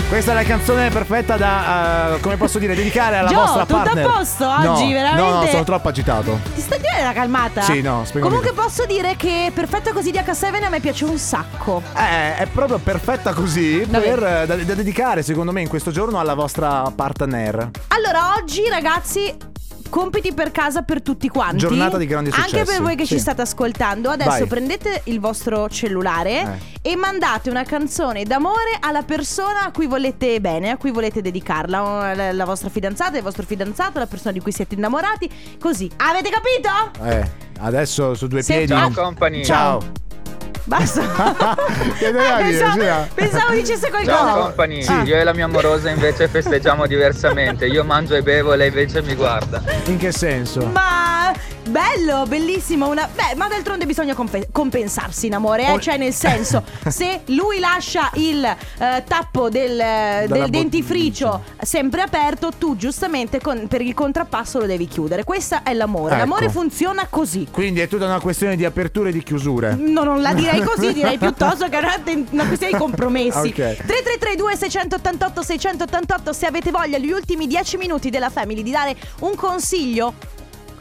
Speaker 3: questa è la canzone perfetta da, eh, come posso dire, dedicare alla
Speaker 2: Gio,
Speaker 3: vostra
Speaker 2: tutto a
Speaker 3: partner.
Speaker 2: posto
Speaker 3: No,
Speaker 2: oggi, veramente?
Speaker 3: No, no, sono troppo agitato.
Speaker 2: Ti stai dire la calmata?
Speaker 3: Sì, no, spiego
Speaker 2: Comunque
Speaker 3: meglio.
Speaker 2: posso dire che Perfetto così di H7 a me piace un sacco.
Speaker 3: Eh, è proprio perfetta così per, eh, da, da dedicare, secondo me, in questo giorno alla vostra partner.
Speaker 2: Allora, oggi ragazzi compiti per casa per tutti quanti.
Speaker 3: Giornata di grandi
Speaker 2: Anche
Speaker 3: successi,
Speaker 2: per voi che
Speaker 3: sì.
Speaker 2: ci state ascoltando, adesso
Speaker 3: Vai.
Speaker 2: prendete il vostro cellulare
Speaker 3: Eh,
Speaker 2: e mandate una canzone d'amore alla persona a cui volete bene, a cui volete dedicarla, o la- la vostra fidanzata, il vostro fidanzato, la persona di cui siete innamorati, così. Avete capito?
Speaker 3: Eh, adesso su due
Speaker 2: Sì, ecco.
Speaker 3: piedi.
Speaker 2: ciao,
Speaker 12: company.
Speaker 3: Ciao.
Speaker 2: Basta.
Speaker 3: Che
Speaker 2: Ah,
Speaker 3: devi dire,
Speaker 2: pensavo,
Speaker 3: Gina?
Speaker 2: pensavo dicesse qualcosa.
Speaker 15: Ciao company, io e la mia amorosa invece festeggiamo diversamente. Io mangio e bevo, lei invece mi guarda.
Speaker 3: In che senso?
Speaker 2: Ma bello, bellissimo. Una... Beh, ma d'altronde bisogna compe- compensarsi in amore, eh?
Speaker 3: Oh.
Speaker 2: cioè nel senso, se lui lascia il eh, tappo del, eh,
Speaker 3: Dalla
Speaker 2: del
Speaker 3: bot-
Speaker 2: dentifricio sempre aperto, tu giustamente con- per il contrappasso lo devi chiudere. Questo è l'amore.
Speaker 3: Ecco.
Speaker 2: L'amore funziona così.
Speaker 3: Quindi è tutta una questione di aperture e di chiusure.
Speaker 2: No, non la direi così, direi piuttosto che è una ten- una questione di compromessi.
Speaker 3: Ok.
Speaker 2: 3332 688 688 se avete voglia gli ultimi 10 minuti della Family di dare un consiglio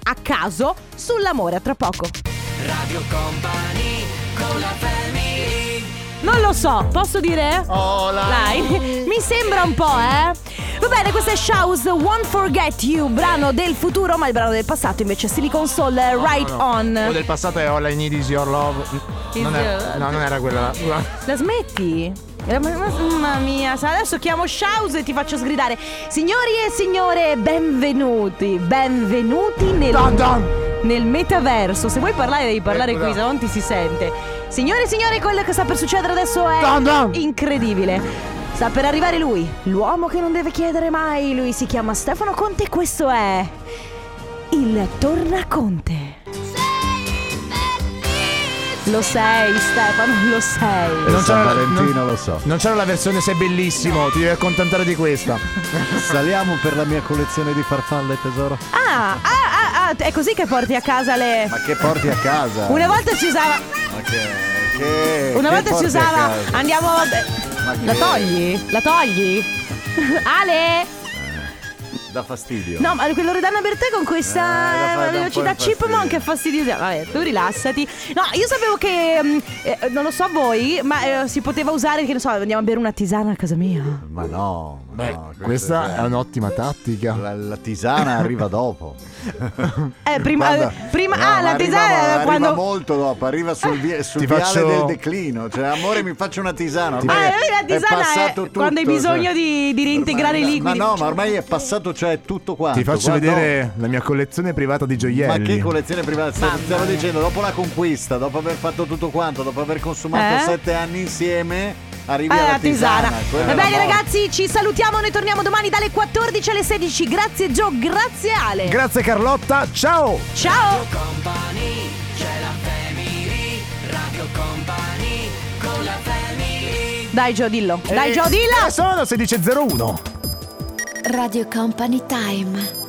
Speaker 2: a caso sull'amore, a tra poco.
Speaker 4: Radio Company con la family
Speaker 2: Noi Non lo so, posso dire? Oh, Mi sembra un po', eh. Va bene, questa è Shouse Won't Forget You, brano del futuro, ma il brano del passato invece è Silicon Soul eh, Right
Speaker 3: No, no.
Speaker 2: On.
Speaker 3: Quello del passato è All I Need Is Your Love. Non
Speaker 2: Is
Speaker 3: era-
Speaker 2: your-
Speaker 3: no, non era quella. là.
Speaker 2: La smetti? Eh, ma- ma- Mamma mia, sa- adesso chiamo Shouse e ti faccio sgridare. Signori e signore, benvenuti, benvenuti nel,
Speaker 3: Dun dun.
Speaker 2: nel metaverso. Se vuoi parlare devi parlare
Speaker 3: Eccola.
Speaker 2: qui, se non ti si sente. Signori e signori, quello che sta per succedere adesso è
Speaker 3: Dun dun.
Speaker 2: incredibile. Sta per arrivare lui, l'uomo che non deve chiedere mai. Lui si chiama Stefano Conte e questo è il Tornaconte. Lo sei Stefano, lo sei.
Speaker 3: Non
Speaker 14: San
Speaker 3: c'era la-
Speaker 14: Valentino
Speaker 3: non-
Speaker 14: lo so.
Speaker 3: Non c'era la versione sei bellissimo, ti devi accontentare di questa.
Speaker 14: Saliamo per la mia collezione di farfalle, tesoro.
Speaker 2: Ah, ah, ah, ah, è così che porti a casa le.
Speaker 14: Ma che porti a casa?
Speaker 2: Una volta si usava.
Speaker 14: Ma che. che-
Speaker 2: Una
Speaker 14: Eh, che
Speaker 2: volta si
Speaker 14: porti a
Speaker 2: usava.
Speaker 14: casa?
Speaker 2: Andiamo.
Speaker 14: Ma che-
Speaker 2: La togli? La togli? Ale!
Speaker 14: Da fastidio.
Speaker 2: No, ma quello Loredana Bertè con
Speaker 14: Eh, la
Speaker 2: questa
Speaker 14: fa- dà un po'
Speaker 2: velocità
Speaker 14: fastidio.
Speaker 2: chipmunk che fastidio. Vabbè, tu rilassati. No, io sapevo che. mm, eh, non lo so voi, ma eh, si poteva usare, che ne so, andiamo a bere una tisana a casa mia.
Speaker 14: Ma no, ma no,
Speaker 3: Questa è un'ottima tattica.
Speaker 14: La, la tisana arriva dopo.
Speaker 2: Eh, prima.
Speaker 14: Guarda,
Speaker 2: eh, prima
Speaker 14: no,
Speaker 2: ah,
Speaker 14: ma
Speaker 2: la
Speaker 14: arriva-
Speaker 2: tisana era
Speaker 14: arriva
Speaker 2: quando.
Speaker 14: molto dopo, arriva sul, via- sul
Speaker 3: Ti
Speaker 14: viale
Speaker 3: faccio-
Speaker 14: del declino. Cioè, amore, mi faccio una tisana.
Speaker 2: Ah,
Speaker 14: ormai
Speaker 2: eh, la tisana è,
Speaker 14: passato tutto,
Speaker 2: quando hai bisogno
Speaker 14: cioè.
Speaker 2: di, di reintegrare i
Speaker 14: Ma-
Speaker 2: liquidi.
Speaker 14: Ma no, ma ormai è passato, cioè, tutto quanto.
Speaker 3: Ti faccio
Speaker 14: Guarda,
Speaker 3: vedere la mia collezione privata di
Speaker 14: Ma
Speaker 3: gioielli.
Speaker 14: che collezione privata? Stavo, stavo dicendo, dopo la conquista, dopo aver fatto tutto quanto, dopo aver consumato
Speaker 2: Eh?
Speaker 14: sette anni insieme, arrivi
Speaker 2: Allora,
Speaker 14: alla tisana.
Speaker 2: tisana.
Speaker 14: Quella
Speaker 2: Va
Speaker 14: è la
Speaker 2: bene,
Speaker 14: morte.
Speaker 2: ragazzi, ci salutiamo. Noi torniamo domani dalle 14 alle 16. Grazie, Gio. Grazie, Ale.
Speaker 3: Grazie Carlotta, ciao!
Speaker 2: Ciao.
Speaker 4: Company, c'è la family, Radio Company, con la family.
Speaker 2: Dai, Gio,
Speaker 14: Eh,
Speaker 3: Eh,
Speaker 2: dillo. Dai,
Speaker 3: E-
Speaker 2: Gio, dillo.
Speaker 3: e Sono 16.01.
Speaker 8: Radio Company Time.